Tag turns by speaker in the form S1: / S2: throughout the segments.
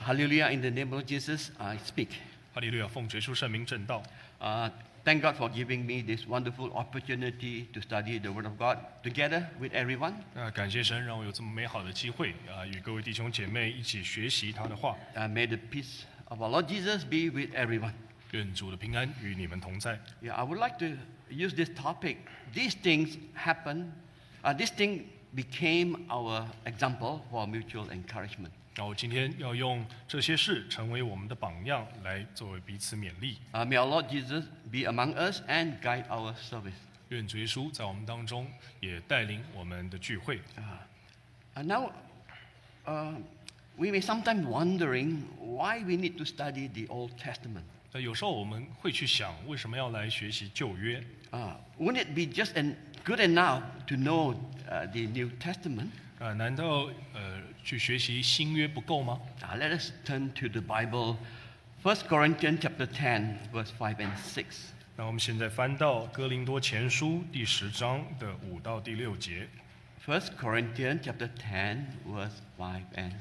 S1: Hallelujah. In the name of Jesus, I speak.
S2: 哈利路亚，奉耶稣圣名正道。
S1: Uh, thank God for giving me this wonderful opportunity to study the Word of God together with everyone.
S2: 那、感谢神让我有这么美好的机会啊、与各位弟兄姐妹一起学习他的话。
S1: Uh, may the peace of our Lord Jesus be with everyone.
S2: 愿主的平安与你们同在。
S1: Yeah, I would like to use this topic. These things happen. Uh, this thing became our example for mutual encouragement.
S2: 然后今天要用这些事成为我们的榜样，来作为彼此勉励。
S1: Uh, may our Lord Jesus be among us and guide our service.
S2: 愿主耶稣在我们当中也带领我们的聚会。
S1: And now, uh, we may sometimes wondering why we need to study the Old Testament.
S2: 那有时候我们会去想，为什么要来学习旧约？
S1: Uh, wouldn't it be just en- good enough to know uh, the New Testament?
S2: 啊、难道呃去学习新约不够吗？
S1: Uh, let us turn to the Bible, 1 Corinthians chapter 10, verse 5 and 6.
S2: 那我们现在翻到哥林多前书第十章的五到第六节。
S1: 1 Corinthians chapter 10, verse 5 and 6.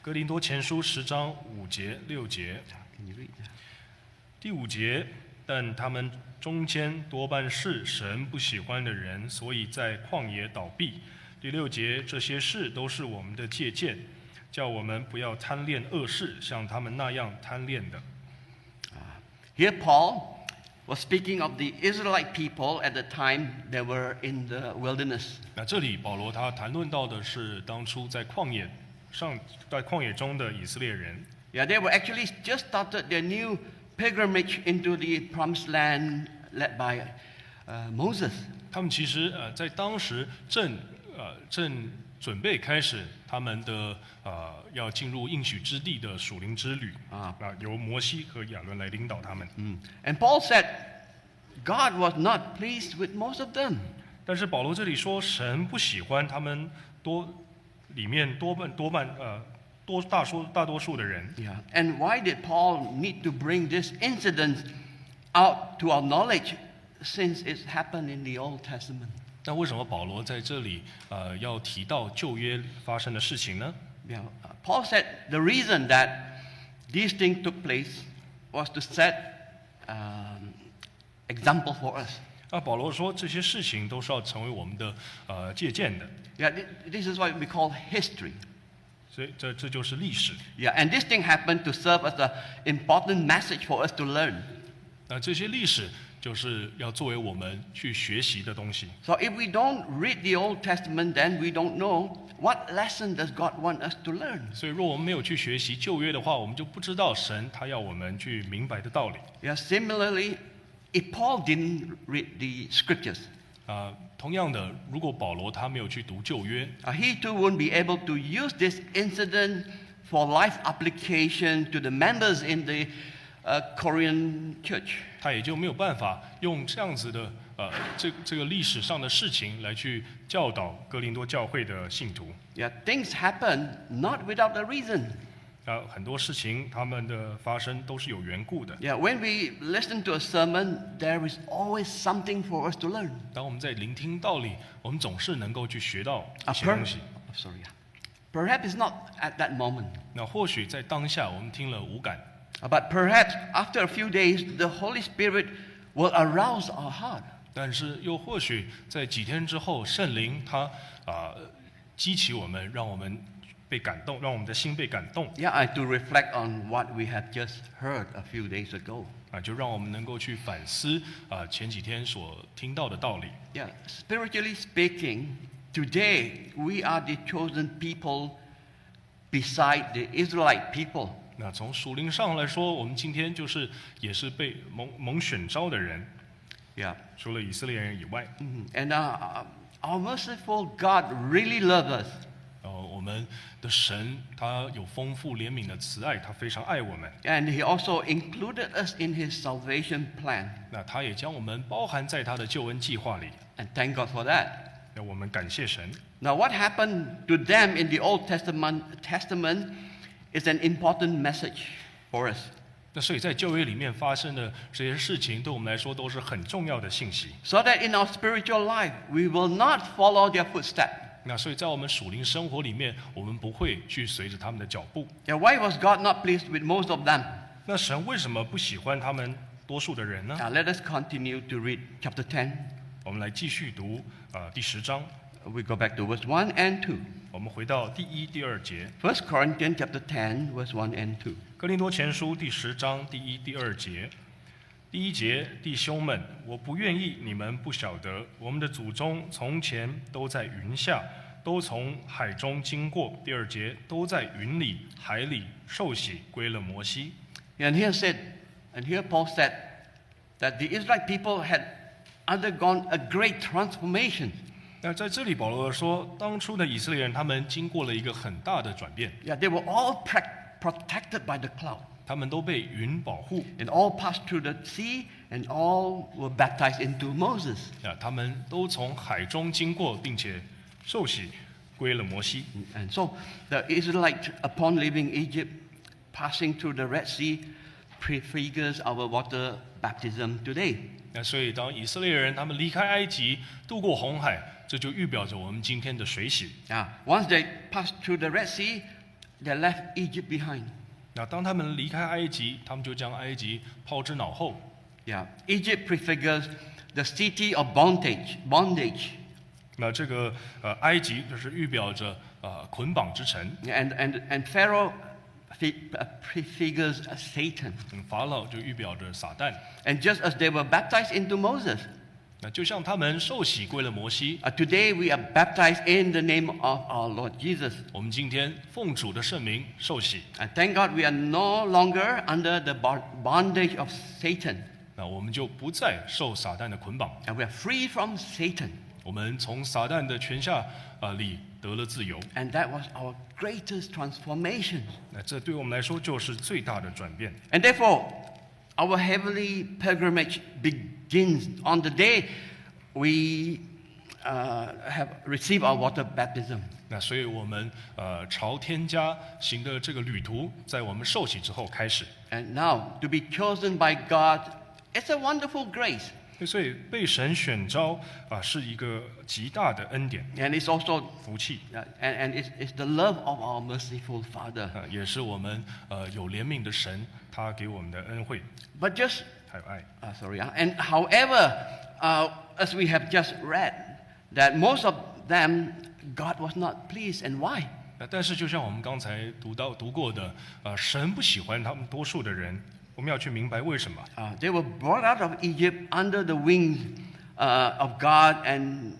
S2: 哥林多前书十章五节六节，
S1: Uh, Can you read that?
S2: 第五节，但他们中间多半是神不喜欢的人，所以在旷野倒闭。第六节，这些事都是我们的借鉴，叫我们不要贪恋恶事，像他们那样贪恋的。
S1: Here, Paul was speaking of the Israelite people at the time they were in the wilderness.
S2: 那这里保罗他谈论到的是当初在旷野上，在旷野中的以色列人，
S1: Yeah, they were actually just started their new pilgrimage into the promised land led by uh, Moses.
S2: 他们其实呃在当时正呃正准备开始他们的呃要进入应许之地的属灵之旅
S1: 啊
S2: 那由摩西和亚伦来领导他们。嗯
S1: Mm. And Paul said, God was not pleased with most of them.
S2: 但是保罗这里说神不喜欢他们多里面多半多半呃多大数大多数的人，
S1: Yeah. And why did Paul need to bring this incident out to our knowledge since it's happened in the Old Testament?
S2: 那为什么保罗在这里呃要提到旧约发生的事情呢？
S1: Yeah. uh, Paul said the reason that these things took place was to set um, example for us.
S2: 那啊保罗说这些事情都是要成为我们的呃借鉴的，
S1: Yeah, thi- this is what we call history.
S2: 所以这这就是历史。
S1: Yeah, and this thing happened to serve as an important message for us to learn.
S2: 那这些历史就是要作为我们去学习的东西。
S1: So if we don't read the Old Testament, then we don't know what lesson does God want us to learn.
S2: 所以，若我们没有去学习旧约的话，我们就不知道神他要我们去明白的道理。
S1: Yeah, similarly, if Paul didn't read the scriptures,
S2: 啊、同样的，如果保罗他没有去读旧约，
S1: uh, he too won't be able to use this incident for life application to the members in the uh, Korean church.
S2: 他也就没有办法用这样子的呃这这个历史上的事情来去教导哥林多教会的信徒。
S1: Yeah, things happen not without a reason.
S2: 啊、很多事情他们的发生都是有缘故的。
S1: Yeah, when we listen to a sermon, there is always something for us to learn.
S2: 当我们在聆听道理，我们总是能够去学到一
S1: A
S2: 些
S1: per-
S2: 东西。
S1: oh, sorry. yeah. Perhaps it's not at that moment,
S2: 那或许在当下我们听了无感，
S1: uh, but perhaps after a few days, the Holy Spirit will arouse our heart.
S2: 但是又或许在几天之后，圣灵他啊、激起我们，让我们被感动，让我们的心被感动
S1: Yeah, and to reflect on what we have just heard a few days ago.
S2: 啊、就让我们能够去反思啊、前几天所听到的道理。
S1: Yeah, spiritually speaking, today we are the chosen people beside the Israelite people.
S2: 那从属灵上来说，我们今天就是也是被蒙蒙选召的人，
S1: Yeah.
S2: 除了以色列人以外，
S1: Mhm. And uh, our merciful God really loves us.
S2: 呃，我们的神他有丰富怜悯的慈爱，他非常爱我们。
S1: And he also included us in his salvation plan.
S2: 那他也将我们包含在他的救恩计划里。
S1: And thank God for that.
S2: 那我们感谢神。
S1: Now, what happened to them in the Old Testament, Testament is an important message for us.
S2: 那所以在旧约里面发生的这些事情，对我们来说都是很重要的信息，
S1: So that in our spiritual life, we will not follow their footsteps.
S2: 那所以在我们属灵生活里面，我们不会去随着他们的脚步。
S1: Yeah, why was God not pleased with most of them?
S2: 那神为什么不喜欢他们多数的人呢？
S1: Uh, let us continue to read chapter 10.
S2: 我们来继续读啊、呃第十章，
S1: We go back to verse 1 and 2.
S2: 我们回到第一、第二节，
S1: 1 Corinthians chapter 10, verse 1 and 2.
S2: 哥林多前书第十章第一、第二节。第一节，弟兄们，我不愿意你们不晓得，我们的祖宗从前都在云下，都从海中经过。第二节，都在云里、海里受洗归了摩西。
S1: And here said, and here Paul said that the Israelite people had undergone a great transformation.
S2: 那在这里，保罗说，当初的以色列人他们经过了一个很大的转变，
S1: Yeah, they were all prac- protected by the cloud,
S2: 他们都被云保护
S1: and all passed through the sea, and all were baptized into Moses.
S2: 啊，他们都从海中经过，并且受洗归了摩西。
S1: And so the Israelite, upon leaving Egypt, passing through the Red Sea, prefigures our water baptism today.
S2: 那所以，当以色列人他们离开埃及，渡过红海，这就预表着我们今天的水洗。
S1: Yeah, once they passed through the Red Sea, they left Egypt behind.
S2: 那当他们离开埃及，他们就将埃及抛之脑后。
S1: Yeah, Egypt prefigures the city of bondage. Bondage,
S2: 那这个呃，埃及就是预表着呃捆绑之城，
S1: and and and Pharaoh fe- uh, prefigures Satan.
S2: 嗯法老就预表着撒旦。
S1: And just as they were baptized into Moses,
S2: 那就像他们受洗归了摩西，
S1: uh, today we are baptized in the name of our Lord Jesus.
S2: 我们今天奉主的圣名受洗。
S1: And thank God we are no longer under the bo- bondage of Satan.
S2: 那我们就不再受撒旦的捆绑，
S1: And we are free from Satan.
S2: 我们从撒旦的权下啊里得了自由。
S1: And that was our greatest transformation.
S2: 那这对我们来说就是最大的转变。
S1: And therefore, our heavenly pilgrimage begins on the day we uh, have received our water baptism.
S2: 那所以我们呃朝天家行的这个旅途，在我们受洗之后开始。
S1: And now, to be chosen by God, it's a wonderful grace.
S2: 所以被神选召啊、是一个极大的恩典
S1: And it's also,
S2: 福气
S1: uh, and, and it's, it's the love of our merciful Father.
S2: 啊、也是我们呃有怜悯的神他给我们的恩惠
S1: But just
S2: 还有爱。
S1: Uh, sorry. uh, And however, uh, as we have just read, that most of them, God was not pleased. And why?
S2: 那但是就像我们刚才读到读过的，啊，神不喜欢他们多数的人，我们要去明白为什么。
S1: Uh, they were brought out of Egypt under the wings uh, of God. And,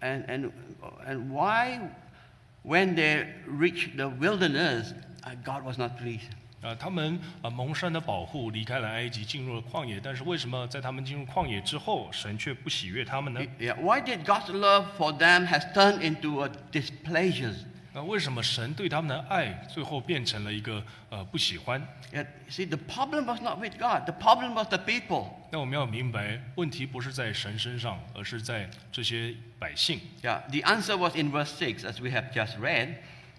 S1: and, and, and why, when they reached the wilderness, uh, God was not pleased?
S2: 啊，他们啊蒙山的保护，离开了埃及，进入了旷野。但是为什么在他们进入旷野之后，神却不喜悦他们呢？
S1: Yeah. Why did God's love for them has turned into a displeasure?
S2: 那为什么神对他们的爱最后变成了一个呃不喜欢？
S1: Yet, see, the problem was not with God. The problem was the people.
S2: 那我们要明白，问题不是在神身上，而是在这些百姓。
S1: Yeah, the answer was in verse 6, as we have just read.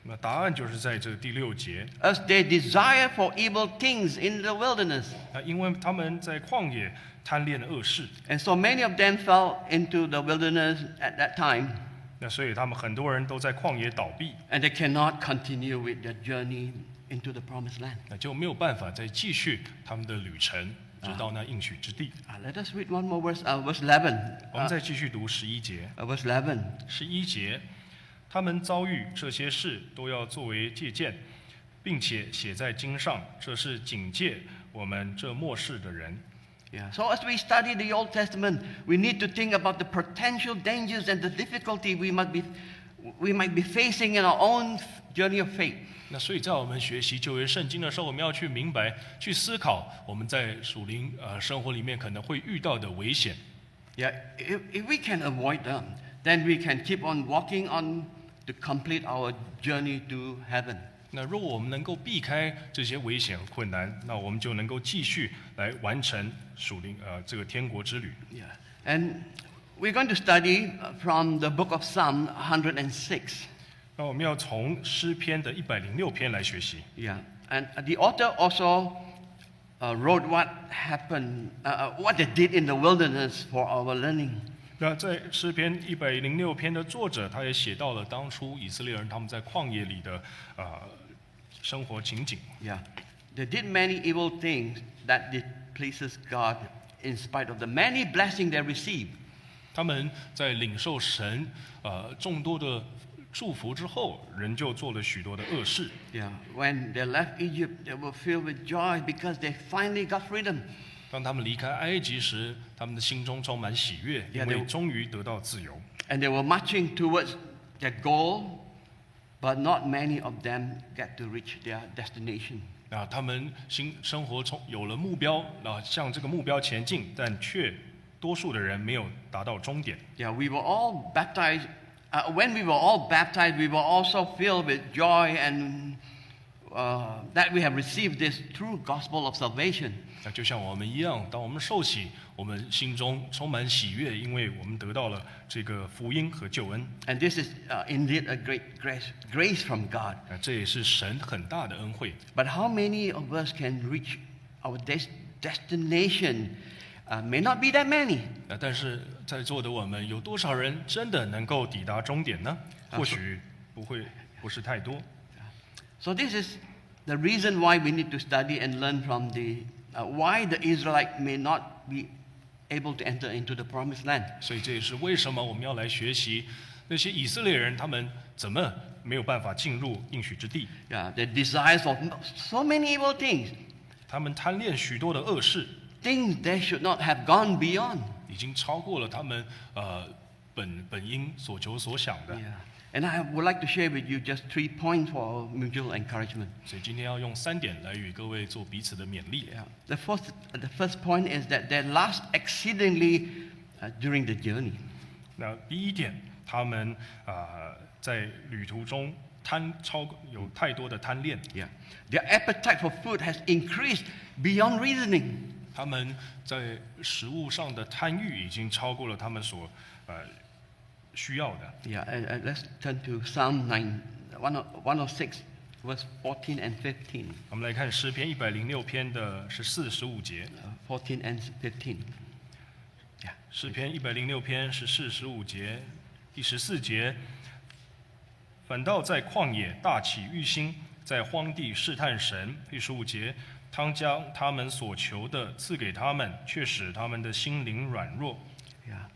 S2: 那答案就是在这第六节。
S1: As they desire for evil things in the wilderness.
S2: 那因为他们在旷野贪恋恶事，
S1: And so many of them fell into the wilderness at that time,
S2: 那所以他们很多人都在旷野倒闭，
S1: and they cannot continue with their journey into the promised land.
S2: 那就没有办法再继续他们的旅程，直到那应许之地。
S1: Uh, let us read one more verse, uh, verse 11.
S2: 我
S1: Uh,
S2: 们再继续读十一节。
S1: uh, verse 11.
S2: 十一节，他们遭遇这些事，都要作为借鉴，并且写在经上，这是警戒我们这末世的人。
S1: Yeah. So as we study the Old Testament, we need to think about the potential dangers and the difficulty we might be, we might be facing in our own journey of faith.
S2: 那所以在我们学习旧约圣经的时候，我们要去明白、去思考我们在属灵呃生活里面可能会遇到的危险。
S1: Yeah, if, if we can avoid them, then we can keep on walking on to complete our journey to heaven.
S2: 那如果我们能够避开这些危险和困难，那我们就能够继续来完成属灵呃这个天国之旅。
S1: Yeah. And we're going to study uh, from the book of Psalm 106.
S2: 那我们要从诗篇的一百零六篇来学习。
S1: Yeah. And the author also uh, wrote what happened, uh, uh, what they did in the wilderness for our learning.
S2: 那在诗篇一百零六篇的作者，他也写到了当初以色列人他们在旷野里的呃生活情景。
S1: Yeah. They did many evil things that displeases God in spite of the many blessings they received.
S2: 他们在领受神呃众多的祝福之后，仍旧做了许多的恶事。
S1: Yeah. When they left Egypt, they were filled with joy because they finally got freedom.
S2: 当他们离开埃及时，他们的心中充满喜悦，
S1: Yeah,
S2: 因
S1: they-
S2: 为终于得到自由。
S1: And they were marching towards their goal, but not many of them get to reach their destination.
S2: 啊，他们心生活从有了目标，啊，向这个目标前进，但却多数的人没有达到终点。
S1: Yeah, we were all baptized. Uh, when we were all baptized, we were also filled with joy and uh, that we have received this true gospel of salvation.
S2: 那就像我们一样，当我们受洗，我们心中充满喜悦，因为我们得到了这个福音和救恩。
S1: And this is uh, indeed a great grace, grace from God.
S2: 啊，这也是神很大的恩惠。
S1: But how many of us can reach our des- destination? Uh, may not be that many.
S2: 那啊但是在座的我们，有多少人真的能够抵达终点呢？
S1: 啊
S2: 或许不会，不是太多。
S1: So this is the reason why we need to study and learn from the uh, why the Israelite may not be able to enter into the promised land.
S2: 所以这也是为什么我们要来学习那些以色列人他们怎么没有办法进入应许之地。
S1: Yeah, the desires of so many evil things,
S2: 他们贪恋许多的恶事，
S1: things they should not have gone beyond.
S2: 已经超过了他们呃本本应所求所想的。
S1: Yeah. And I would like to share with you just three points for mutual encouragement.
S2: 所以今天要用三点来与各位做彼此的勉励。
S1: Yeah. The first, the first point is that they last exceedingly uh, during the journey.
S2: 那第一点，他们啊、呃在旅途中贪超有太多的贪恋，
S1: Yeah. Their appetite for food has increased beyond reasoning.
S2: 他们在食物上的贪欲已经超过了他们所呃需要的。
S1: Yeah, and, and let's turn to Psalm 9, 106, verse 14 and 15.
S2: 我们来看诗篇一百零六篇的十四、十五节。
S1: Uh, 14 and 15. Yeah.
S2: 诗篇一百零六篇十四、十五节，第十四节，反倒在旷野大起欲心，在荒地试探神。第十五节，当将他们所求的赐给他们，却使他们的心灵软弱。
S1: Yeah.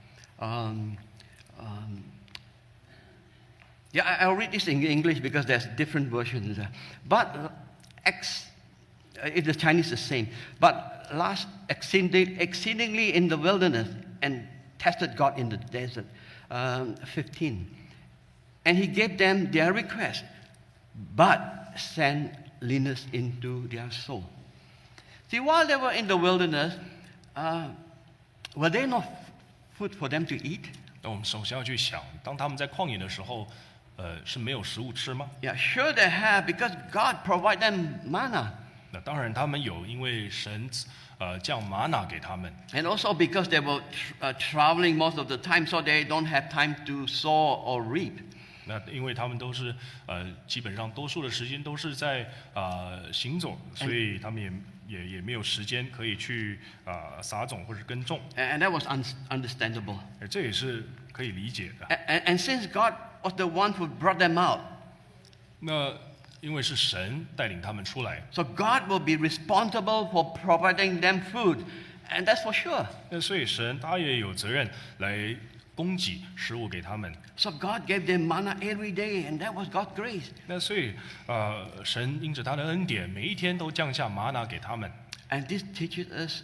S1: Um, um, yeah, I, I'll read this in English because there's different versions. Uh, But uh, ex, uh, in the Chinese is the same. But last exceeding, exceedingly in the wilderness and tested God in the desert. Um, 15. And he gave them their request, but sent leanness into their soul. See, while they were in the wilderness, uh, were there no food for them to eat?
S2: 那我们首先要去想，当他们在旷野的时候，呃，是没有食物吃吗？
S1: Yeah, sure they have, because God provided them manna.
S2: 那当然他们有，因为神呃降玛瑙给他们。
S1: And also because they were tr- uh, traveling most of the time, so they don't have time to sow or reap.
S2: 那因为他们都是呃，基本上多数的时间都是在呃行走，所以他们也也也没有时间可以去呃撒种或是耕种，
S1: A- And that was un- understandable.
S2: 呃这也是可以理解的。
S1: A- And, and since God was the one who brought them out,
S2: 那因为是神带领他们出来，
S1: so God will be responsible for providing them food. And that's for sure.
S2: 那所以神他也有责任来供给食物给他们。
S1: So God gave them manna every day, and that was God's grace.
S2: 那所以呃，神因着他的恩典，每一天都降下玛拿给他们。
S1: And this teaches us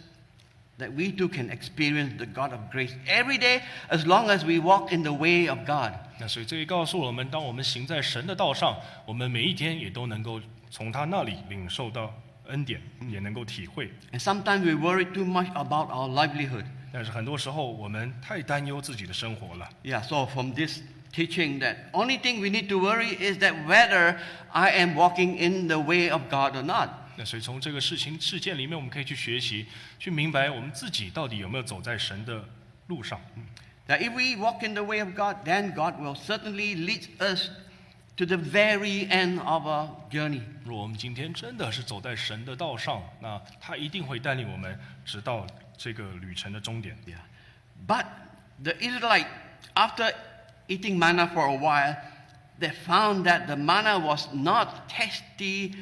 S1: that we too can experience the God of grace every day as long as we walk in the way of God.
S2: 那所以这也告诉我们，当我们行在神的道上，我们每一天也都能够从他那里领受到恩典，也能够体会。
S1: And sometimes we worry too much about our livelihood.
S2: 但是很多时候，我们太担忧自己的生活了。
S1: Yeah, so from this teaching that only thing we need to worry is that whether I am walking in the way of God or not.
S2: 那所以从这个事情事件里面，我们可以去学习，去明白我们自己到底有没有走在神的路上。
S1: That if we walk in the way of God, then God will certainly lead us to the very end of our journey.
S2: 若我们今天真的是走在神的道上，那他一定会带领我们直到这个旅程的终点。
S1: Yeah. But The Israelite, after eating manna for a while, they found that the manna was not tasty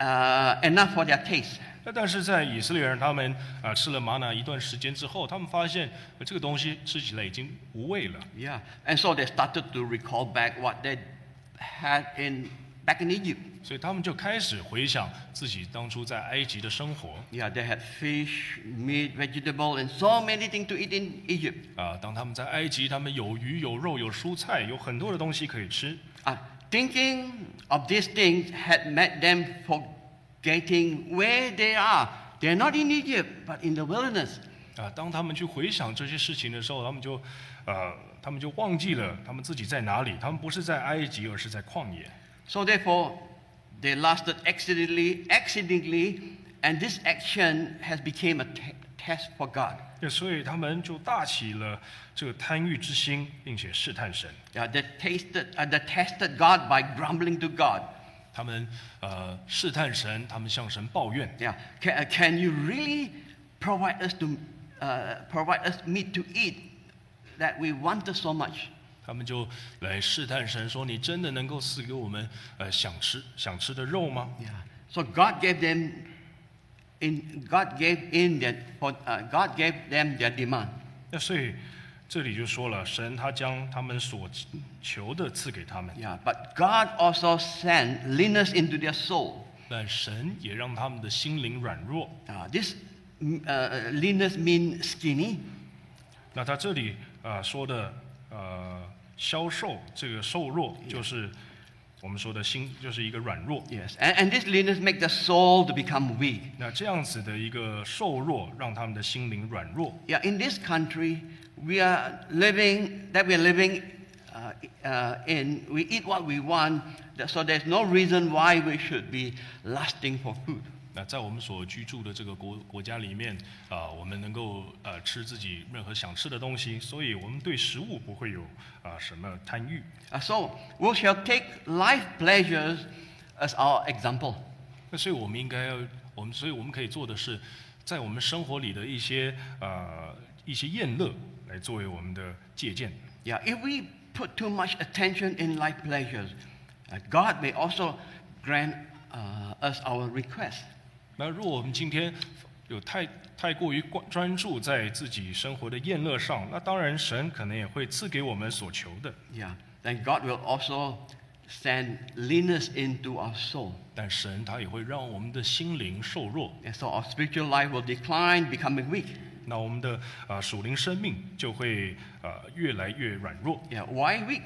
S1: uh, enough for their taste.
S2: 那但是在以色列人他们啊、呃吃了玛瑙一段时间之后，他们发现、呃这个东西吃起来已经无味了，
S1: Yeah, and so they started to recall back what they had in back in Egypt.
S2: 所以他们就开始回想自己当初在埃及的生活
S1: Yeah, they had fish, meat, vegetable, and so many things to eat in Egypt.
S2: 啊、当他们在埃及，他们有鱼、有肉、有蔬菜，有很多的东西可以吃。
S1: Uh, thinking of these things had made them forgetting where they are. They're not in Egypt, but in the wilderness.
S2: 啊、当他们去回想这些事情的时候，他们就，呃，他们就忘记了他们自己在哪里。他们不是在埃及，而是在旷野。
S1: So therefore, they lasted accidentally, accidentally, and this action has become a te- test for God.
S2: 对所以他们就大起了这个贪欲之心，并且试探神。
S1: Yeah, they tasted, uh, they tested God by grumbling to God.
S2: 他们呃试探神，他们向神抱怨
S1: Yeah, can, uh, can you really provide us to uh, provide us meat to eat that we wanted so much?
S2: 他们就来试探神，说：“你真的能够赐给我们呃想吃想吃的肉吗
S1: Yeah. So God gave them in God gave in their for, uh, God gave them their demand.？”
S2: 那所以这里就说了，神他将他们所求的赐给他们，
S1: Yeah, but God also sent leanness into their soul.
S2: 但神也让他们的心灵软弱。
S1: Uh, this mm, uh, leanness means skinny.
S2: 那他这里呃说的呃消瘦这个瘦弱，就是我们说的心，就是一个软弱。
S1: Yes, and, and this leanness makes the soul to become weak.
S2: 那这样子的一个瘦弱，让他们的心灵软弱。
S1: Yeah, in this country, we are living that we are living uh, uh, in. We eat what we want, that- so there's no reason why we should be lusting for food.
S2: 那在我们所居住的这个国国家里面，啊、我们能够呃吃自己任何想吃的东西，所以我们对食物不会有啊、什么贪欲。
S1: Uh, so we shall take life pleasures as our example.
S2: 那所以我们应该要，我们所以我们可以做的是，在我们生活里的一些呃一些宴乐来作为我们的借鉴。
S1: Yeah, if we put too much attention in life pleasures, uh, God may also grant uh, us our request.
S2: 那如果我们今天有太太过于关专注在自己生活的宴乐上，那当然神可能也会赐给我们所求的，
S1: Yeah, then God will also send leanness into our soul.
S2: 但神他也会让我们的心灵瘦弱。
S1: And so our spiritual life will decline, becoming weak.
S2: 那我们的啊、呃属灵生命就会啊、呃越来越软弱。
S1: Yeah, why weak?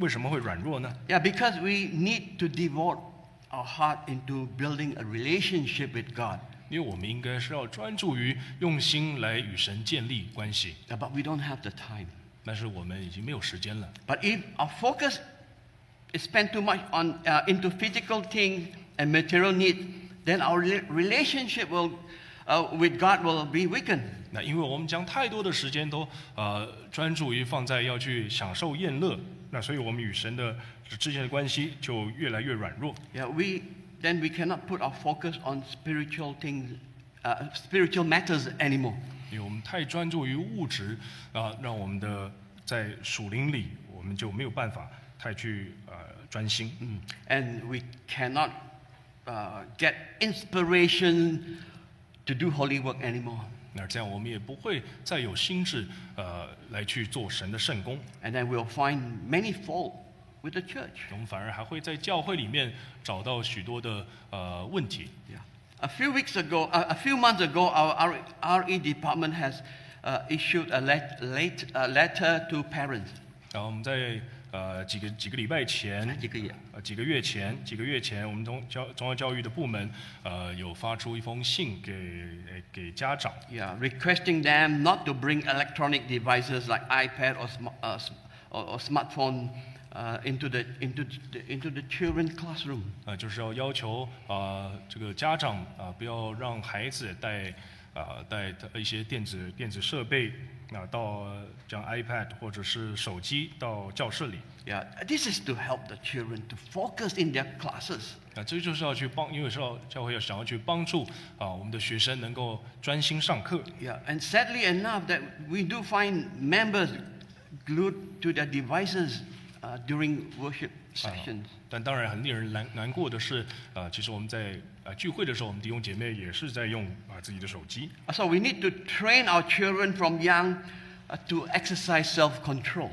S2: 为什么会软弱呢？
S1: Yeah, because we need to devote our heart into building a relationship with God.
S2: 因为我们应该是要专注于用心来与神建立关系，
S1: Yeah, but we don't have the time.
S2: 但是我们已经没有时间了。
S1: But if our focus is spent too much on uh, into physical things and material needs, then our rela- relationship will, uh, with God will be weakened.
S2: 那因为我们将太多的时间都呃专注于放在要去享受宴乐，那所以我们与神的之间的关系就越来越软弱。
S1: Yeah, we then we cannot put our focus on spiritual things, uh, spiritual matters anymore.
S2: 因为我们太专注于物质啊、让我们的在属灵里我们就没有办法太去呃专心。
S1: Mm. And we cannot uh, get inspiration to do holy work anymore.
S2: 那这样我们也不会再有心智，呃，来去做神的圣功。
S1: And then we'll find many fault with the church.
S2: 我们反而还会在教会里面找到许多的呃问题。
S1: Yeah. A few weeks ago, uh, a few months ago, our R- RE department has uh, issued a let, late, uh, letter to parents.
S2: 然后我们在呃几个几个礼拜前，
S1: 几个月
S2: 呃几个月前，几个月前，我们中教中央教育的部门呃有发出一封信给呃给家长，
S1: Yeah, requesting them not to bring electronic devices like iPad or, sm- uh, s- or, or smartphone uh, into, the, into, the, into the children's
S2: 呃
S1: classroom.
S2: 啊呃就是要要求呃这个家长啊、呃不要让孩子带啊、带一些电子电子设备啊、到将 iPad 或者是手机到教室里。
S1: Yeah, this is to help the children to focus in their classes.
S2: 啊，这就是要去帮，因为是要教会要想要去帮助啊我们的学生能够专心上课。
S1: Yeah, and sadly enough, that we do find members glued to their devices uh, during worship
S2: 啊
S1: sessions.
S2: 但当然，很令人难难过的是，啊，其实我们在啊聚会的时候，我们弟兄姐妹也是在用啊自己的手机。
S1: So we need to train our children from young uh, to exercise self-control.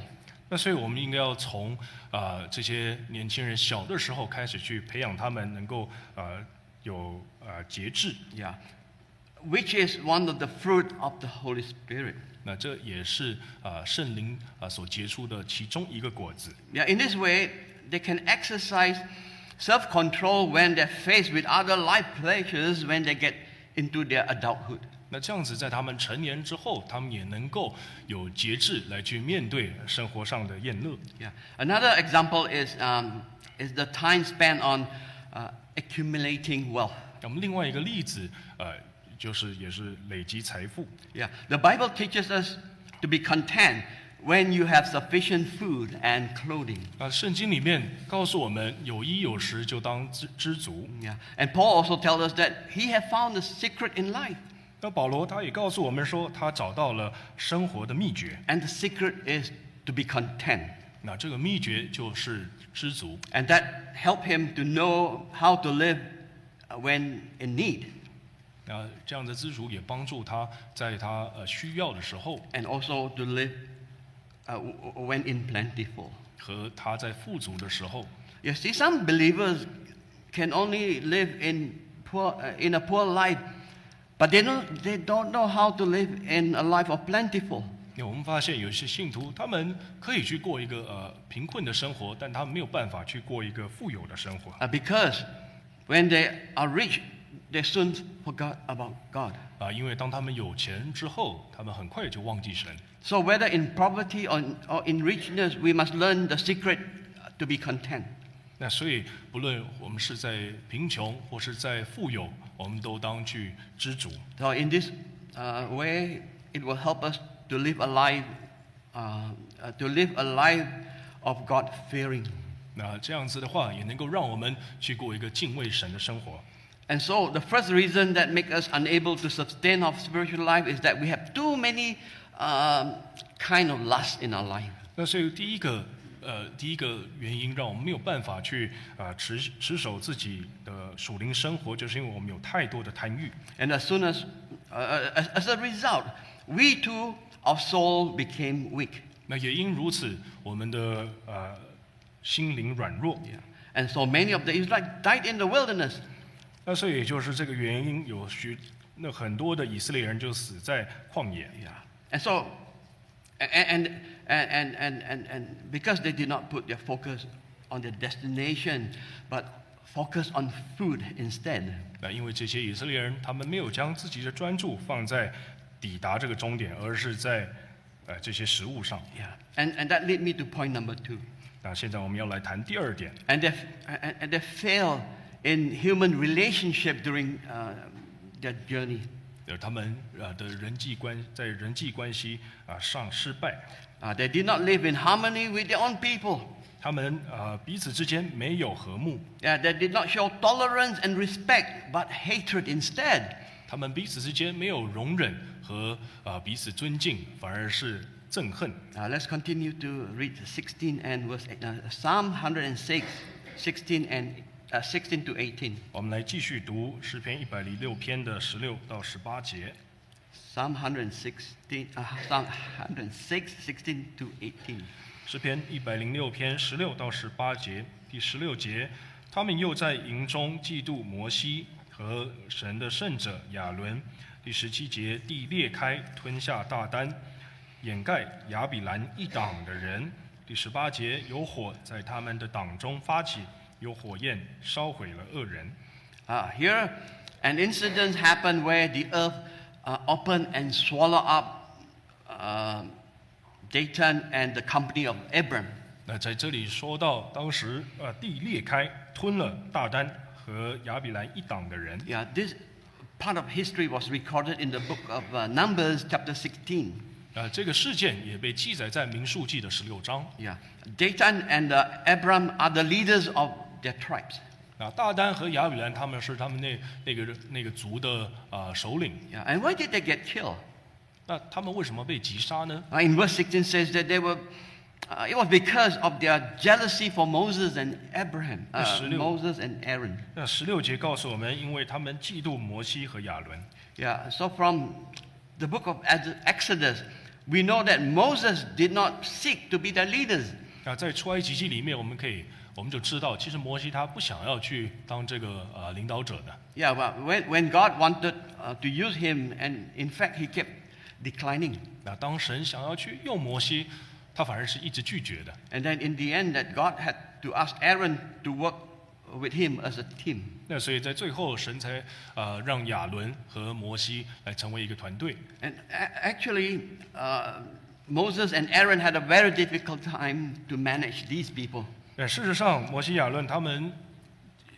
S2: 那所以我们应该要从啊、这些年轻人小的时候开始去培养他们能够啊有啊节制。
S1: Yeah, which is one of the fruit of the Holy Spirit.
S2: 那这也是啊圣灵啊所结出的其中一个果子。
S1: Yeah, in this way, they can exercise self-control when they're faced with other life pleasures when they get into their adulthood.
S2: 那这样子，在他们成年之后，他们也能够有节制来去面对生活上的厌乐。
S1: Yeah. Another example is, um, is the time spent on uh, accumulating wealth.
S2: 那么另外一个例子，呃，就是也是累积财富。
S1: Yeah. The Bible teaches us to be content when you have sufficient food and clothing.
S2: 啊，圣经里面告诉我们，有衣有食就当知知足。
S1: Yeah. And Paul also tells us that he had found the secret in life,
S2: 那保罗他也告诉我们说，他找到了生活的秘诀。
S1: and the secret is to be content.
S2: 那这个秘诀就是知足，
S1: And that helped him to know how to live uh, when in need
S2: 那这样的知足也帮助他在他呃需要的时候
S1: and also to live uh, w- w- when in plentiful.
S2: 和他在富足的时候。
S1: You see, some believers can only live in poor, uh, in a poor life, but they don't, they don't know how to live in a life of plentiful.
S2: 那我们发现有一些信徒，他们可以去过一个呃贫困的生活，但他们没有办法去过一个富有的生活
S1: Uh, because when they are rich, they soon forgot about God.
S2: 啊，因为当他们有钱之后，他们很快就忘记神。
S1: So, whether in poverty or in, or in richness, we must learn the secret to be content.
S2: 那所以，不论我们是在贫穷或是在富有，我们都当去知足。
S1: So, in this uh, way, it will help us to live a life, uh, uh, to live a life of God fearing.
S2: 那这样子的话，也能够让我们去过一个敬畏神的生活。
S1: And so the first reason that makes us unable to sustain our spiritual life is that we have too many um, kind of lusts in our life.
S2: 那所以第一个，呃，第一个原因让我们没有办法去啊、呃持持守自己的属灵生活，就是因为我们有太多的贪欲。
S1: And as soon as, uh, as, as a result, we too, our soul became weak.
S2: 那也因如此，我们的呃心灵软弱。
S1: And so many of the Israelites died in the wilderness.
S2: 那所以也就是这个原因，有许那很多的以色列人就死在旷野。
S1: And so, and, and, and, and, and, and because they did not put their focus on their destination, but focus on food instead.
S2: 那因为这些以色列人，他们没有将自己的专注放在抵达这个终点，而是在呃这些食物上。
S1: Yeah. And, and that led me to point number two.
S2: 那现在我们要来谈第二点，
S1: and they, and, and they fail in human relationship during uh, their journey.
S2: 就是他们呃的人际关在人际关系啊、上失败，
S1: Uh, they did not live in harmony with their own people.
S2: 他们呃彼此之间没有和睦，
S1: Yeah, they did not show tolerance and respect, but hatred instead.
S2: 他们彼此之间没有容忍和呃彼此尊敬，反而是憎恨。
S1: Uh, let's continue to read 16 and verse eight- uh, Psalm 106, 16 and uh, 16 to 18.
S2: 我们来继续读诗篇一百零六篇的十六到十八节。
S1: Psalm 116, uh, Psalm 106, 16 to 18.
S2: 诗篇一百零六篇十六到十八节，第十六节，他们又在营中嫉妒摩西和神的圣者亚伦。第十七节，地裂开，吞下大丹，掩盖亚比兰一党的人。第十八节，有火在他们的党中发起，有火焰烧毁了恶人。
S1: Uh, here, an incident happened where the earth uh, opened and swallowed up um Dayton and the company of Abram.
S2: 那在这里说到，当时呃地裂开，吞了大丹和亚比兰一党的人。
S1: Yeah, this part of history was recorded in the book of uh, Numbers, chapter 16.
S2: 呃，这个事件也被记载在《民数记》的十六章。
S1: Yeah. Dathan and uh, Abiram are the leaders of their tribes.
S2: 啊，大丹和亚比兰他们是他们那那个那个族的啊、呃首领。
S1: Yeah. And why did they get killed?
S2: 那他们为什么被击杀呢？
S1: Uh, in verse 16 says that they were, uh, it was because of their jealousy for Moses and Abraham, uh,
S2: Yes, I know.
S1: Moses and Aaron.
S2: 那十六节告诉我们，因为他们嫉妒摩西和亚伦。
S1: Yeah, so from the book of Ex- Exodus, we know that Moses did not seek to be their leaders.
S2: 那在出埃及记里面，我们可以我们就知道，其实摩西他不想要去当这个呃领导者的。
S1: Yeah, well, when, when God wanted uh, to use him, and in fact, he kept declining.
S2: 那当神想要去用摩西，他反而是一直拒绝的。
S1: And then in the end, that God had to ask Aaron to work with him as a team.
S2: 那所以在最后，神才呃让亚伦和摩西来成为一个团队。
S1: And a- actually, uh, Moses and Aaron had a very difficult time to manage these people.
S2: 那事实上，摩西、亚伦他们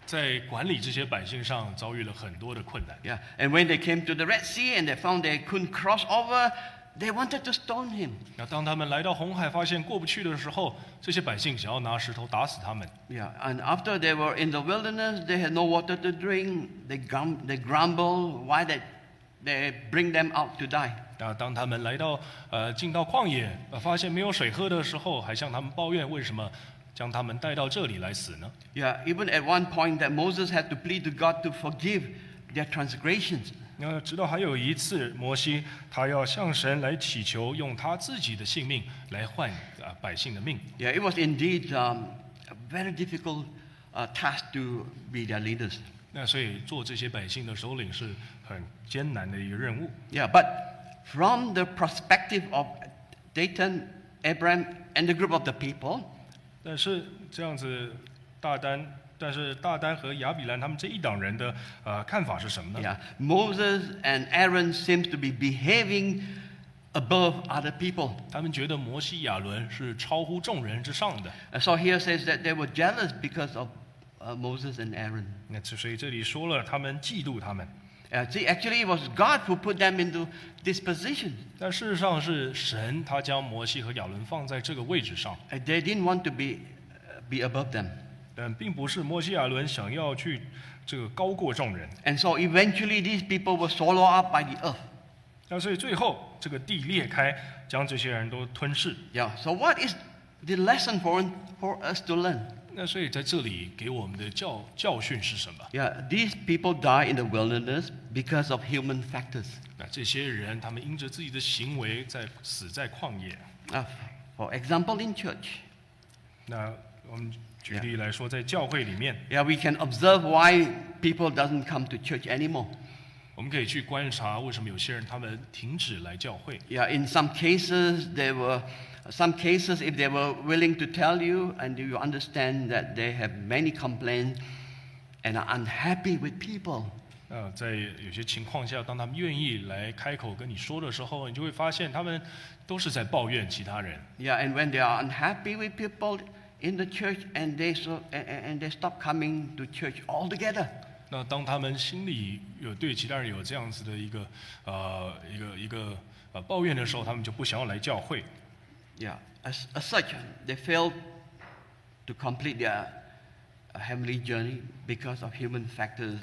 S2: 在管理这些百姓上遭遇了很多的困难。
S1: Yeah, and when they came to the Red Sea and they found they couldn't cross over, they wanted to stone him.
S2: 那当他们来到红海，发现过不去的时候，这些百姓想要拿石头打死他们。
S1: Yeah, and after they were in the wilderness, they had no water to drink. They, grum- they grumble why they, they bring them out to die.
S2: 那当他们来到呃进到旷野、呃发现没有水喝的时候，还向他们抱怨为什么将他们带到这里来死呢？
S1: Yeah, even at one point that Moses had to plead to God to forgive their transgressions.
S2: 那直到还有一次，摩西他要向神来祈求，用他自己的性命来换啊百姓的命。
S1: Yeah, it was indeed um, a very difficult uh, task to be their leaders.
S2: 那所以做这些百姓的首领是很艰难的一个任务。
S1: Yeah, but from the perspective of Dathan, Abraham, and the group of the people,
S2: 但是这样子，大丹，但是大丹和亚比兰他们这一党人的呃看法是什么呢
S1: yeah, Moses and Aaron seems to be behaving above other people.
S2: 他们觉得摩西亚伦是超乎众人之上的。
S1: And so here says that they were jealous because of uh, Moses and Aaron.
S2: 那所以这里说了，他们嫉妒他们，
S1: Uh, see, actually, it was God who put them into this position.
S2: 但事实上是神他将摩西和亚伦放在这个位置上，
S1: Uh, they didn't want to be, uh, be above them.
S2: 但并不是摩西亚伦想要去这个高过众人。
S1: And so eventually, these people were swallowed up by the earth.
S2: 那所以最后这个地裂开，将这些人都吞噬。
S1: Yeah. So, what is the lesson for, for us to learn?
S2: 那所以在这里给我们的教教训是什么？
S1: Yeah, these people die in the wilderness because of human factors.
S2: 那这些人，他们因着自己的行为在死在旷野。
S1: Uh, for example, in church,
S2: 那我们举例来说，在教会里面，
S1: yeah, we can observe why people doesn't come to church anymore.
S2: 我们可以去观察为什么有些人他们停止来教会。
S1: Yeah, in some cases, they were, some cases, if they were willing to tell you and you understand that they have many complaints and are unhappy with people.
S2: 那在有些情况下，当他们愿意来开口跟你说的时候，你就会发现他们都是在抱怨其他人。
S1: Yeah, and when they are unhappy with people in the church and they, so, and, and they stop coming to church altogether.
S2: 那当他们心里有对其他人有这样子的一个呃一个一个呃抱怨的时候，他们就不想要来教会。
S1: Yeah, as, as such, they failed to complete their uh, heavenly journey because of human factors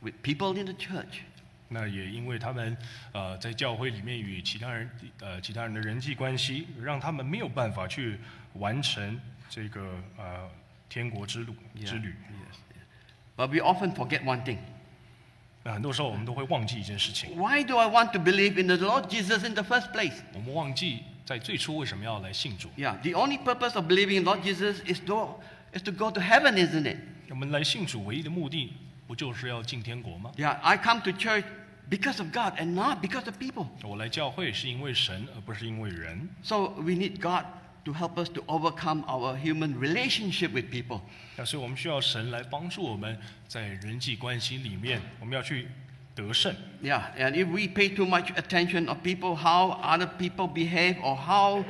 S1: with people in the church.
S2: 那也因为他们呃在教会里面与其他人呃其他人的人际关系，让他们没有办法去完成这个呃天国之路之旅。嗯
S1: But we often forget one thing.
S2: 那很多时候我们都会忘记一件事情，
S1: Why do I want to believe in the Lord Jesus in the first place?
S2: 我们忘记在最初为什么要来信主。
S1: Yeah, the only purpose of believing in Lord Jesus is to, is to go to heaven, isn't it?
S2: 我们来信主唯一的目的，不就是要进天国吗？
S1: Yeah, I come to church because of God and not because of people.
S2: 我来教会是因为神，而不是因为人。
S1: So we need God to help us to overcome our human relationship with people.
S2: 那所以我们需要神来帮助我们在人际关系里面，我们要去得胜。
S1: Yeah, and if we pay too much attention of people, how other people behave or how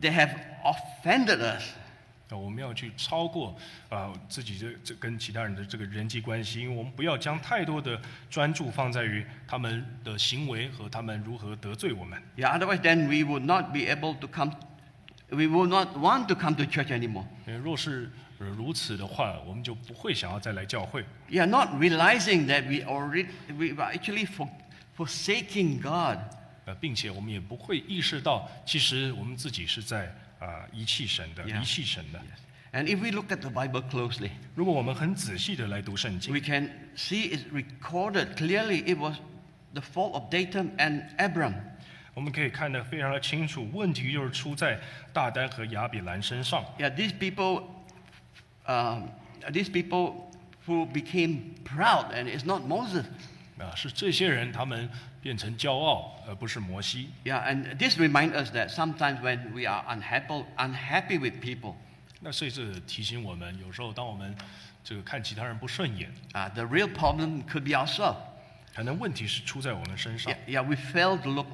S1: they have offended us,
S2: 那我们要去超过啊、呃自己这这跟其他人的这个人际关系，因为我们不要将太多的专注放在于他们的行为和他们如何得罪我们。
S1: Yeah, otherwise then we would not be able to come, we would not want to come to church anymore.
S2: 因为若是呃如此的话，我们就不会想要再来教会。
S1: Yeah, not realizing that we already, we are actually for, forsaking God.
S2: 呃，并且我们也不会意识到，其实我们自己是在啊、遗弃神的，
S1: Yeah.
S2: 遗弃神的。
S1: And if we look at the Bible closely,
S2: 如果我们很仔细的来读圣经，
S1: we can see it's recorded clearly it was the fault of Dathan and Abiram.
S2: 我们可以看得非常的清楚，问题就是出在大丹和亚比兰身上。
S1: Yeah, these people, um, these people who became proud, and it's not Moses.
S2: 啊，是这些人他们变成骄傲，而不是摩西。
S1: Yeah, and this reminds us that sometimes when we are unhappy, unhappy with people,
S2: 那所以这提醒我们，有时候当我们这个看其他人不顺眼，
S1: uh, the real problem could be ourselves.
S2: 可能问题是出在我们身上
S1: Yeah,。yeah we fail to look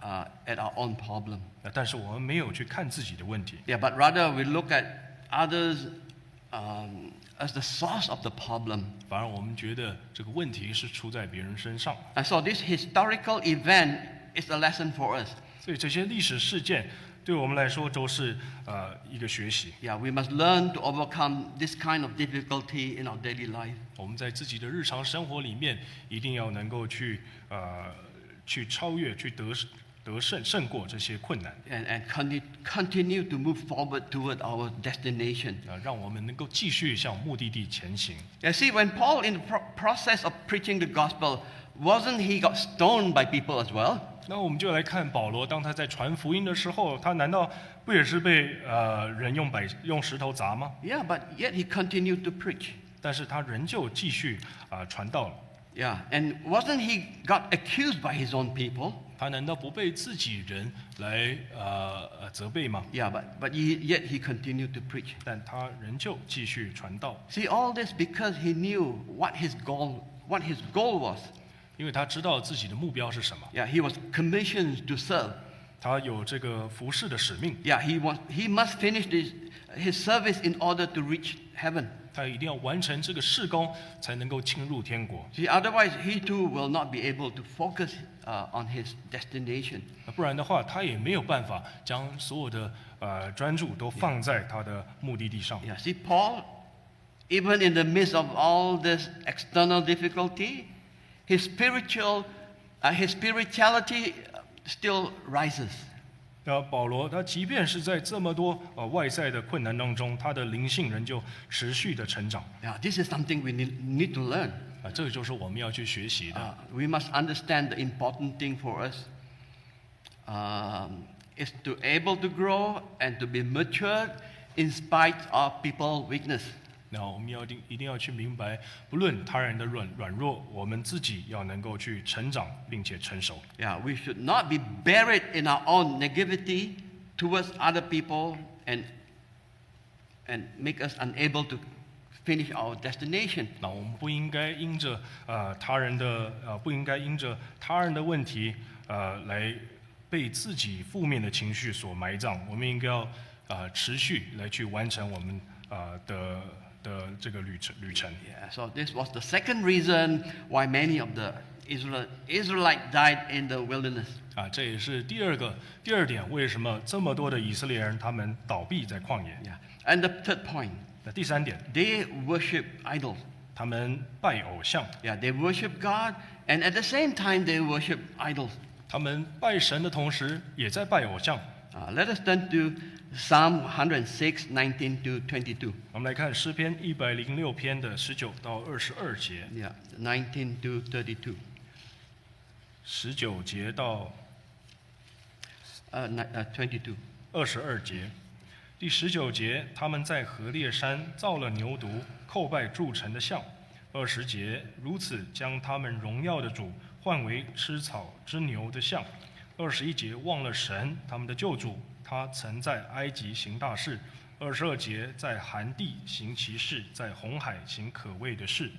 S1: uh, at our own problem.
S2: 那但是我们没有去看自己的问题，
S1: Yeah, but rather we look at others um, as the source of the problem.
S2: 反而我们觉得这个问题是出在别人身上。
S1: And so this historical event is a lesson for us.
S2: 所以这些历史事件对我们来说都是呃一个学习。
S1: Yeah, we must learn to overcome this kind of difficulty in our daily life.
S2: 我们在自己的日常生活里面，一定要能够去呃去超越、去得得胜、胜过这些困难
S1: and, and conti- continue to move forward toward our destination.
S2: 啊、让我们能够继续向目的地前行。
S1: You see, when Paul, in the pro- process of preaching the gospel, wasn't he got stoned by people as well?
S2: 那我们就来看保罗，当他在传福音的时候，他难道不也是被呃人用摆用石头砸吗？
S1: Yeah, but yet he continued to preach.
S2: 但是他仍旧继续啊、传道了。
S1: Yeah, and wasn't he got accused by his own people?
S2: 他难道不被自己人来呃呃责备吗？
S1: Yeah, but, but he, yet he continued to preach.
S2: 但他仍旧继续传道，
S1: See, all this because he knew what his goal, what his goal was.
S2: 因为他知道自己的目标是什么。
S1: Yeah, he was commissioned to serve.
S2: 他有这个服侍的使命，
S1: Yeah, he, was, he must finish his, his service in order to reach heaven.
S2: 他一定要完成这个事工，才能够进入天国。
S1: See, otherwise he too will not be able to focus uh, on his destination.
S2: 那不然的话，他也没有办法将所有的呃专注都放在他的目的地上。
S1: Yeah, see, Paul, even in the midst of all this external difficulty, his spiritual, uh, his spirituality uh, still rises.
S2: 那保罗，他即便是在这么多呃外在的困难当中，他的灵性仍旧持续的成长
S1: Yeah, this is something we need, need to learn.
S2: 啊、这就是我们要去学习的。
S1: Uh, we must understand the important thing for us um, is to able to grow and to be matured in spite of people's weakness.
S2: 那我们要一定一定要去明白，不论他人的软软弱，我们自己要能够去成长并且成熟。
S1: Yeah, we should not be buried in our own negativity towards other people and and make us unable to finish our destination.
S2: 那我们不应该因着呃他人的呃不应该因着他人的问题呃来被自己负面的情绪所埋葬。我们应该要呃持续来去完成我们呃的的这个旅程旅程。
S1: Yeah, so this was the second reason why many of the Israel, Israelite died in the wilderness.
S2: 啊，这也是第二个第二点，为什么这么多的以色列人他们倒闭在旷野？
S1: Yeah. And the third point,
S2: 那第三点，
S1: they worship idols.
S2: 他们拜偶像，
S1: Yeah, they worship God and at the same time they worship idols.
S2: 他们拜神的同时也在拜偶像。
S1: Uh, let us turn to Psalm 106, 19 to 22.
S2: 我们来看诗篇一百零六篇的十九到二十二节。
S1: Yeah, 19 to 32.
S2: 十九节到
S1: Uh, ni- uh, 22.
S2: 二十二节。第十九节，他们在河烈山造了牛犊，叩拜铸成的像。二十节，如此将他们荣耀的主换为吃草之牛的像。二十一节，忘了神他们的救主，他曾在埃及行大事。二十二节，在寒地行其事，在红海行可畏的事。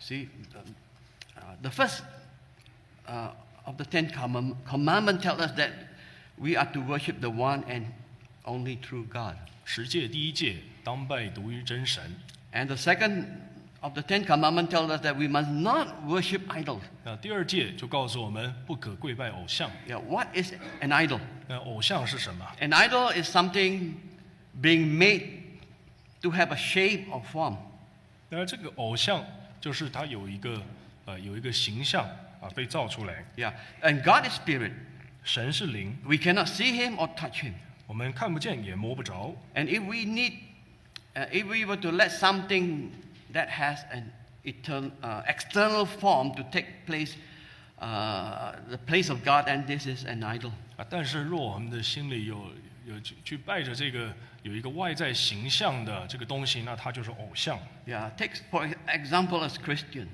S1: See, um, uh, the first uh, of the Ten Commandments tell us that we are to worship the one and only true God.
S2: 十诫第一诫当拜独一真神，
S1: And the second of the Ten Commandments tells us that we must not worship idols.
S2: 那第二诫就告诉我们不可跪拜偶像。
S1: Yeah, what is an idol?
S2: 那偶像是什么？
S1: An idol is something being made to have a shape or form.
S2: 当然，这个偶像就是它有一个呃有一个形象啊被造出来。
S1: Yeah, and God is spirit.
S2: 神是灵，
S1: We cannot see him or touch him.
S2: 我们看不见也摸不着。
S1: And if we need, uh, if we were to let something that has an etern- uh, external form to take place, uh, the place of God, and this is an idol.
S2: 啊，但是若我们的心里有有去去拜着这个有一个外在形象的这个东西，那它就是偶像。
S1: Yeah, take for example as Christian.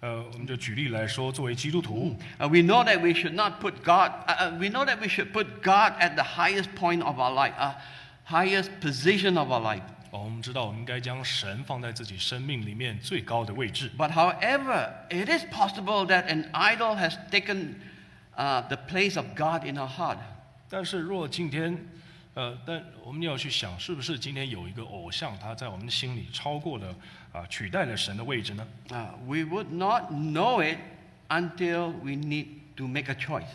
S2: 呃，我们就举例来说，作为基督徒，
S1: Uh, we know that we should not put God. Uh, uh, we know that we should put God at the highest point of our life, uh, highest position of our life.
S2: 哦，我们知道我们应该将神放在自己生命里面最高的位置。
S1: But however, it is possible that an idol has taken uh, the place of God in our heart.
S2: 但是若今天，呃，但我们要去想，是不是今天有一个偶像，他在我们的心里超过了啊、取代了神的位置呢？
S1: Uh, we would not know it until we need to make a choice.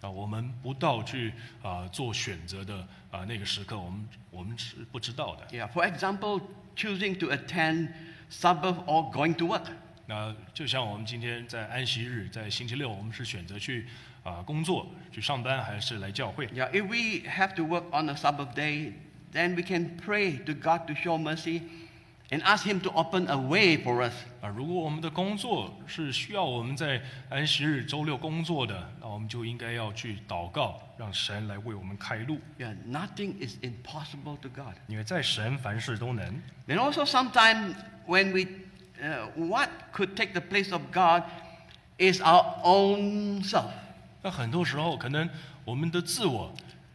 S2: 啊、我们不到去啊、做选择的啊、那个时刻，我们我们是不知道的。
S1: Yeah, for example, choosing to attend Sabbath or going to work.
S2: 那就像我们今天在安息日，在星期六，我们是选择去啊、工作去上班，还是来教会？
S1: Yeah, if we have to work on a Sabbath day, then we can pray to God to show mercy and ask Him to open a way for us.
S2: 啊，如果我们的工作是需要我们在安息日、周六工作的，那我们就应该要去祷告，让神来为我们开路，
S1: Yeah, nothing is impossible to God.
S2: 因为在神凡事都能。
S1: Then also sometimes when we, uh, what could take the place of God is our own self.
S2: 那很多时候，可能我们的自我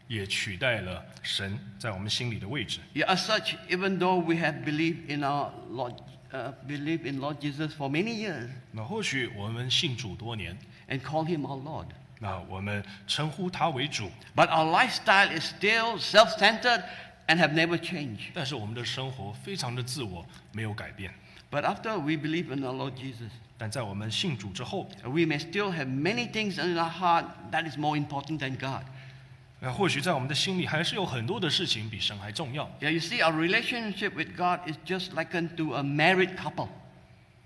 S2: 也取代了神在我们心里的位置。
S1: Yeah, as such, even though we have believed in our Lord, uh, believed in Lord Jesus for many years
S2: 那或许我们信主多年，
S1: and call Him our Lord,
S2: 那我们称呼他为主，
S1: but our lifestyle is still self-centered and have never changed.
S2: 但是我们的生活非常的自我，没有改变。
S1: But after we believe in our Lord Jesus,
S2: 但在我们信主之后，
S1: we may still have many things in our heart that is more important than God.
S2: 那或许在我们的心里还是有很多的事情比神还重要。
S1: Yeah, you see, our relationship with God is just likened to a married couple.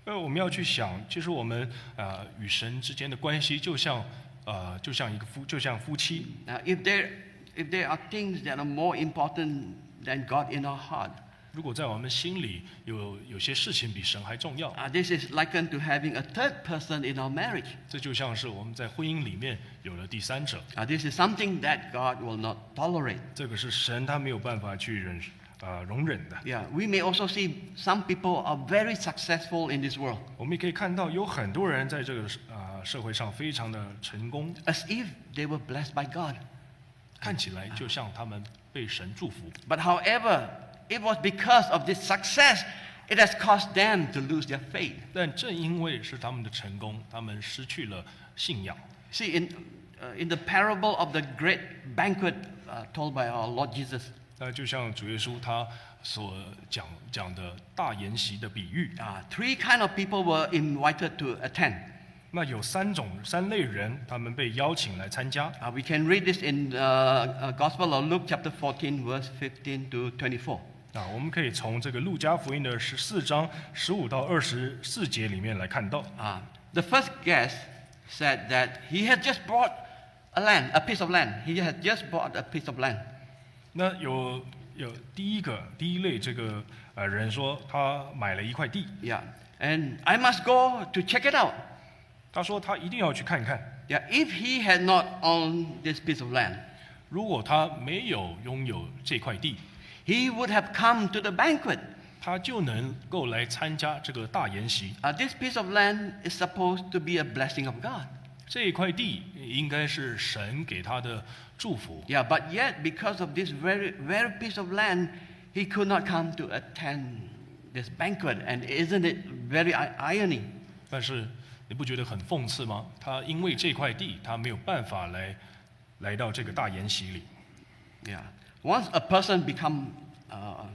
S2: 呃，我们要去想，其实我们呃与神之间的关系，就像呃就像一个夫就像夫妻。
S1: Now, if there, if there are things that are more important than God in our heart,
S2: 如果在我们心里有有些事情比神还重要，
S1: uh, this is likened to having a third person in our marriage.
S2: 这就像是我们在婚姻里面有了第三者，
S1: Uh, this is something that God will not tolerate.
S2: 这个是神他没有办法去忍呃容忍的。
S1: Yeah, we may also see some people are very successful in this world,
S2: 我们也可以看到，有很多人在这个啊、社会上非常的成功，
S1: as if they were blessed by God.
S2: 看起来就像他们被神祝福。
S1: But however, it was because of this success, it has caused them to lose their faith.
S2: 但正因为是他们的成功，他们失去了信仰。
S1: See, in, uh, in the parable of the great banquet uh, told by our Lord Jesus,
S2: 那就像主耶稣他所讲讲的大筵席的比喻，
S1: uh, three kind of people were invited to attend.
S2: 那有三种三类人，他们被邀请来参加。
S1: Uh, we can read this in uh, uh, Gospel of Luke chapter 14, verse 15 to 24.
S2: 那啊我们可以从这个路加福音的十四章十五到二十四节里面来看到，
S1: Uh, the first guest said that he had just bought a land, a piece of land. He had just bought a piece of land.
S2: 那有有第一个第一类这个呃人说他买了一块地，
S1: Yeah. And I must go to check it out.
S2: 他说他一定要去看看。
S1: Yeah, if he had not owned this piece of land,
S2: 如果他没有拥有这块地，
S1: he would have come to the banquet.
S2: 他就能够来参加这个大筵席。
S1: Uh, this piece of land is supposed to be a blessing of God.
S2: 这一块地应该是神给他的祝福，
S1: Yeah, but yet, because of this very, very piece of land, he could not come to attend this banquet. And isn't it very i- irony?
S2: 但是你不觉得很讽刺吗？他因为这块地，他没有办法来来到这个大筵席里。
S1: Yeah. Once a person become uh,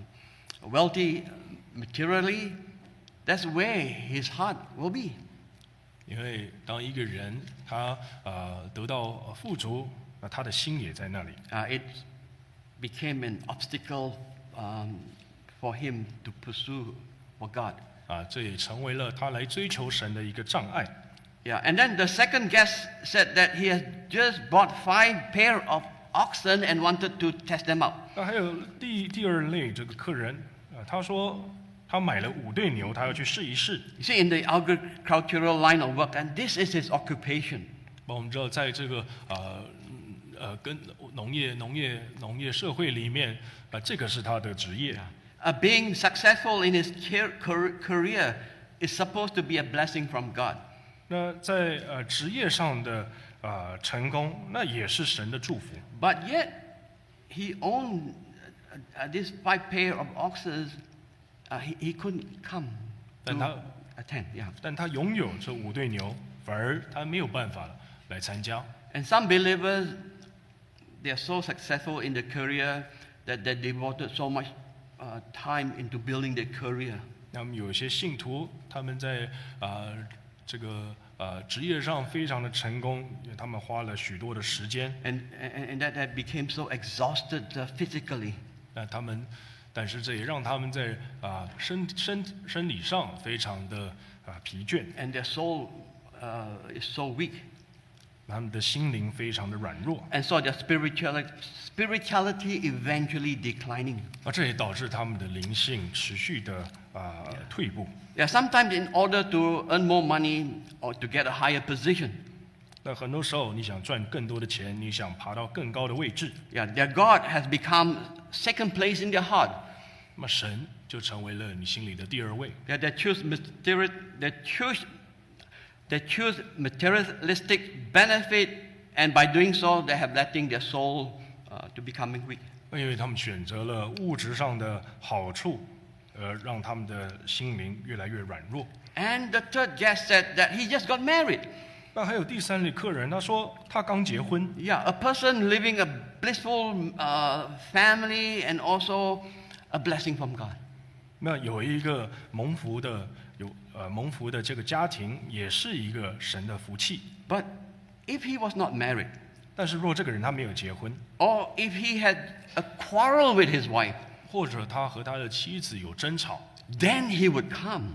S1: wealthy materially, that's where his heart will be.
S2: 因为当一个人他呃得到呃富足，那他的心也在那里，
S1: Uh, it became an obstacle um, for him to pursue for God.
S2: 啊，这也成为了他来追求神的一个障碍。
S1: Yeah, and then the second guest said that he had just bought five pair of oxen and wanted to test them out.
S2: 那还有第第二类这个客人啊，他说他买了五对牛，他要去试一试。
S1: You see, in the agricultural line of work, and this is his occupation.
S2: 那我们知道，在这个呃嗯呃跟农业农业农业社会里面，啊，这个是他的职业。
S1: Uh, being successful in his care, car- career is supposed to be a blessing from God.
S2: 那在呃职业上的呃成功，那也是神的祝福。
S1: But yet, he owned uh, uh, this five pair of oxes. Uh, he, he couldn't come to
S2: Then how-
S1: attend. Yeah.
S2: 但他拥有这五对牛，反而他没有办法了来参加。
S1: And some believers, they are so successful in their career that they devoted so much uh, time into building their career.
S2: 那么有些信徒，他们在呃这个呃职业上非常的成功，因为他们花了许多的时间。
S1: And, and, and that they became so exhausted uh, physically.
S2: 那他们，但是这也让他们在啊、身身身体上非常的啊、疲倦，
S1: And their soul uh, is so weak.
S2: 他们的心灵非常的软弱，
S1: And so their spirituality, spirituality eventually declining.
S2: 那啊这也导致他们的灵性持续的啊、退步。
S1: Yeah, sometimes in order to earn more money or to get a higher position,
S2: 那很多时候，你想赚更多的钱，你想爬到更高的位置，
S1: yeah, their God has become second place in their heart.
S2: 那么神就成为了你心里的第二位。
S1: Yeah, they choose material, they choose, they choose materialistic benefit, and by doing so, they have letting their soul uh, to becoming weak.
S2: 因为他们选择了物质上的好处，呃，让他们的心灵越来越软弱。
S1: And the third guest said that he just got married.
S2: 那还有第三类客人，他说他刚结婚，
S1: Yeah, a person living a blissful uh, family and also a blessing from God.
S2: 那有一个蒙福的有呃蒙福的这个家庭，也是一个神的福气。
S1: But if he was not married,
S2: 但是若这个人他没有结婚，
S1: or if he had a quarrel with his wife,
S2: 或者他和他的妻子有争吵，
S1: then he would come.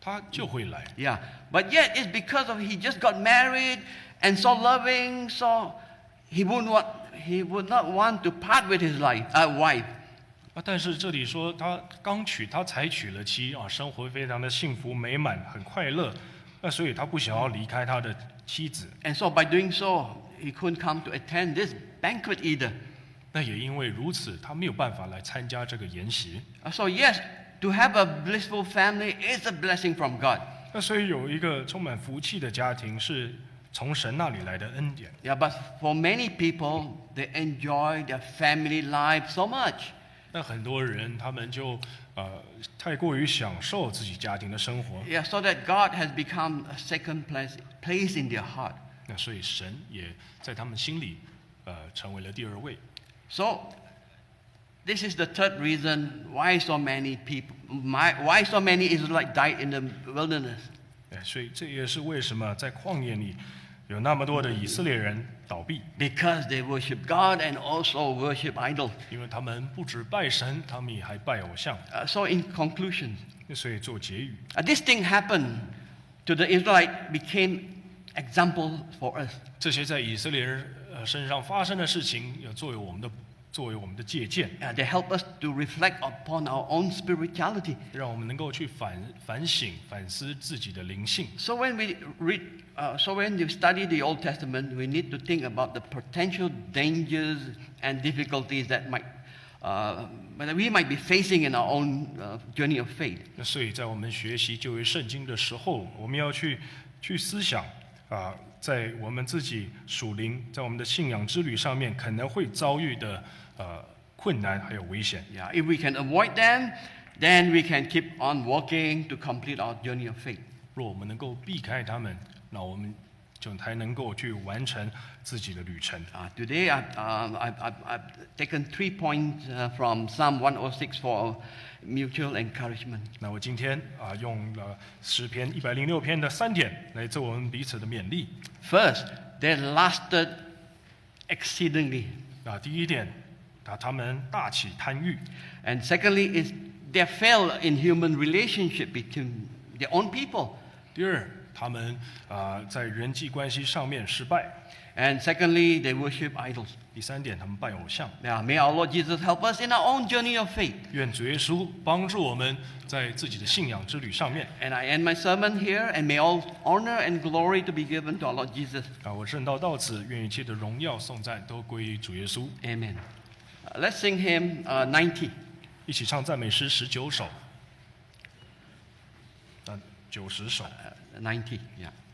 S2: 他就会来。
S1: Yeah, but yet it's because of he just got married and so loving, so he wouldn't want, he would not want to part with his life, uh, wife.
S2: 啊，但是这里说他刚娶，他才娶了妻啊，生活非常的幸福美满，很快乐。那所以他不想要离开他的妻子，
S1: And so by doing so, he couldn't come to attend this banquet either.
S2: 那也因为如此，他没有办法来参加这个筵席。
S1: Uh, So yes, to have a blissful family is a blessing from God.
S2: 那所以有一个充满福气的家庭是从神那里来的恩典。
S1: Yeah, but for many people, they enjoy their family life so much.
S2: 那很多人他们就呃太过于享受自己家庭的生活，
S1: Yeah, so that God has become a second place, place in their heart.
S2: 那所以神也在他们心里呃成为了第二位。
S1: So this is the third reason why so many people, my, why so many Israelites died in the wilderness.
S2: 哎，所以这也是为什么在旷野里有那么多的以色列人倒闭，
S1: Because they worship God and also worship idol.
S2: 因为他们不止拜神，他们也还拜偶像。
S1: Uh, so in conclusion,
S2: 那所以做结语，
S1: uh, this thing happened to the Israelite became example for us.
S2: 这些在以色列人呃身上发生的事情，要作为我们的作为我们的借鉴，
S1: Uh, they help us to reflect upon our own spirituality.
S2: 让我们能够去反反省、反思自己的灵性。
S1: So when we read, uh, so when we study the Old Testament, we need to think about the potential dangers and difficulties that might, uh, that we might be facing in our own uh, journey of faith.
S2: 那所以在我们学习旧约圣经的时候，我们要去去思想啊，在我们自己属灵，在我们的信仰之旅上面可能会遭遇的呃困难还有危险。
S1: Yeah, if we can avoid them, then we can keep on walking to complete our journey of faith.
S2: 若我们能够避开他们，那我们就才能够去完成自己的旅程。
S1: Uh, today, I've, um, I've, I've, I've taken three points uh, from Psalm 106 for mutual encouragement.
S2: 那我今天啊，用了诗篇一百零六篇的三点来做我们彼此的勉励。
S1: First, they lasted exceedingly.
S2: 啊，第一点，啊，他们大起贪欲；
S1: And secondly, is they fail in human relationship between their own people.
S2: 第二，他们啊、在人际关系上面失败；
S1: And secondly, they worship idols.
S2: 第三点，他们拜偶像。
S1: Now, may our Lord Jesus help us in our own journey of faith.
S2: 愿主耶稣帮助我们在自己的信仰之旅上面
S1: And I end my sermon here, and may all honor and glory to be given to our Lord Jesus.
S2: 啊，我正道到此，愿一切的荣耀颂赞都归于主耶稣。
S1: Amen. Uh, let's sing hymn uh, 90.
S2: 一起唱赞美诗十九首，啊，九十首。
S1: Uh, 90, yeah.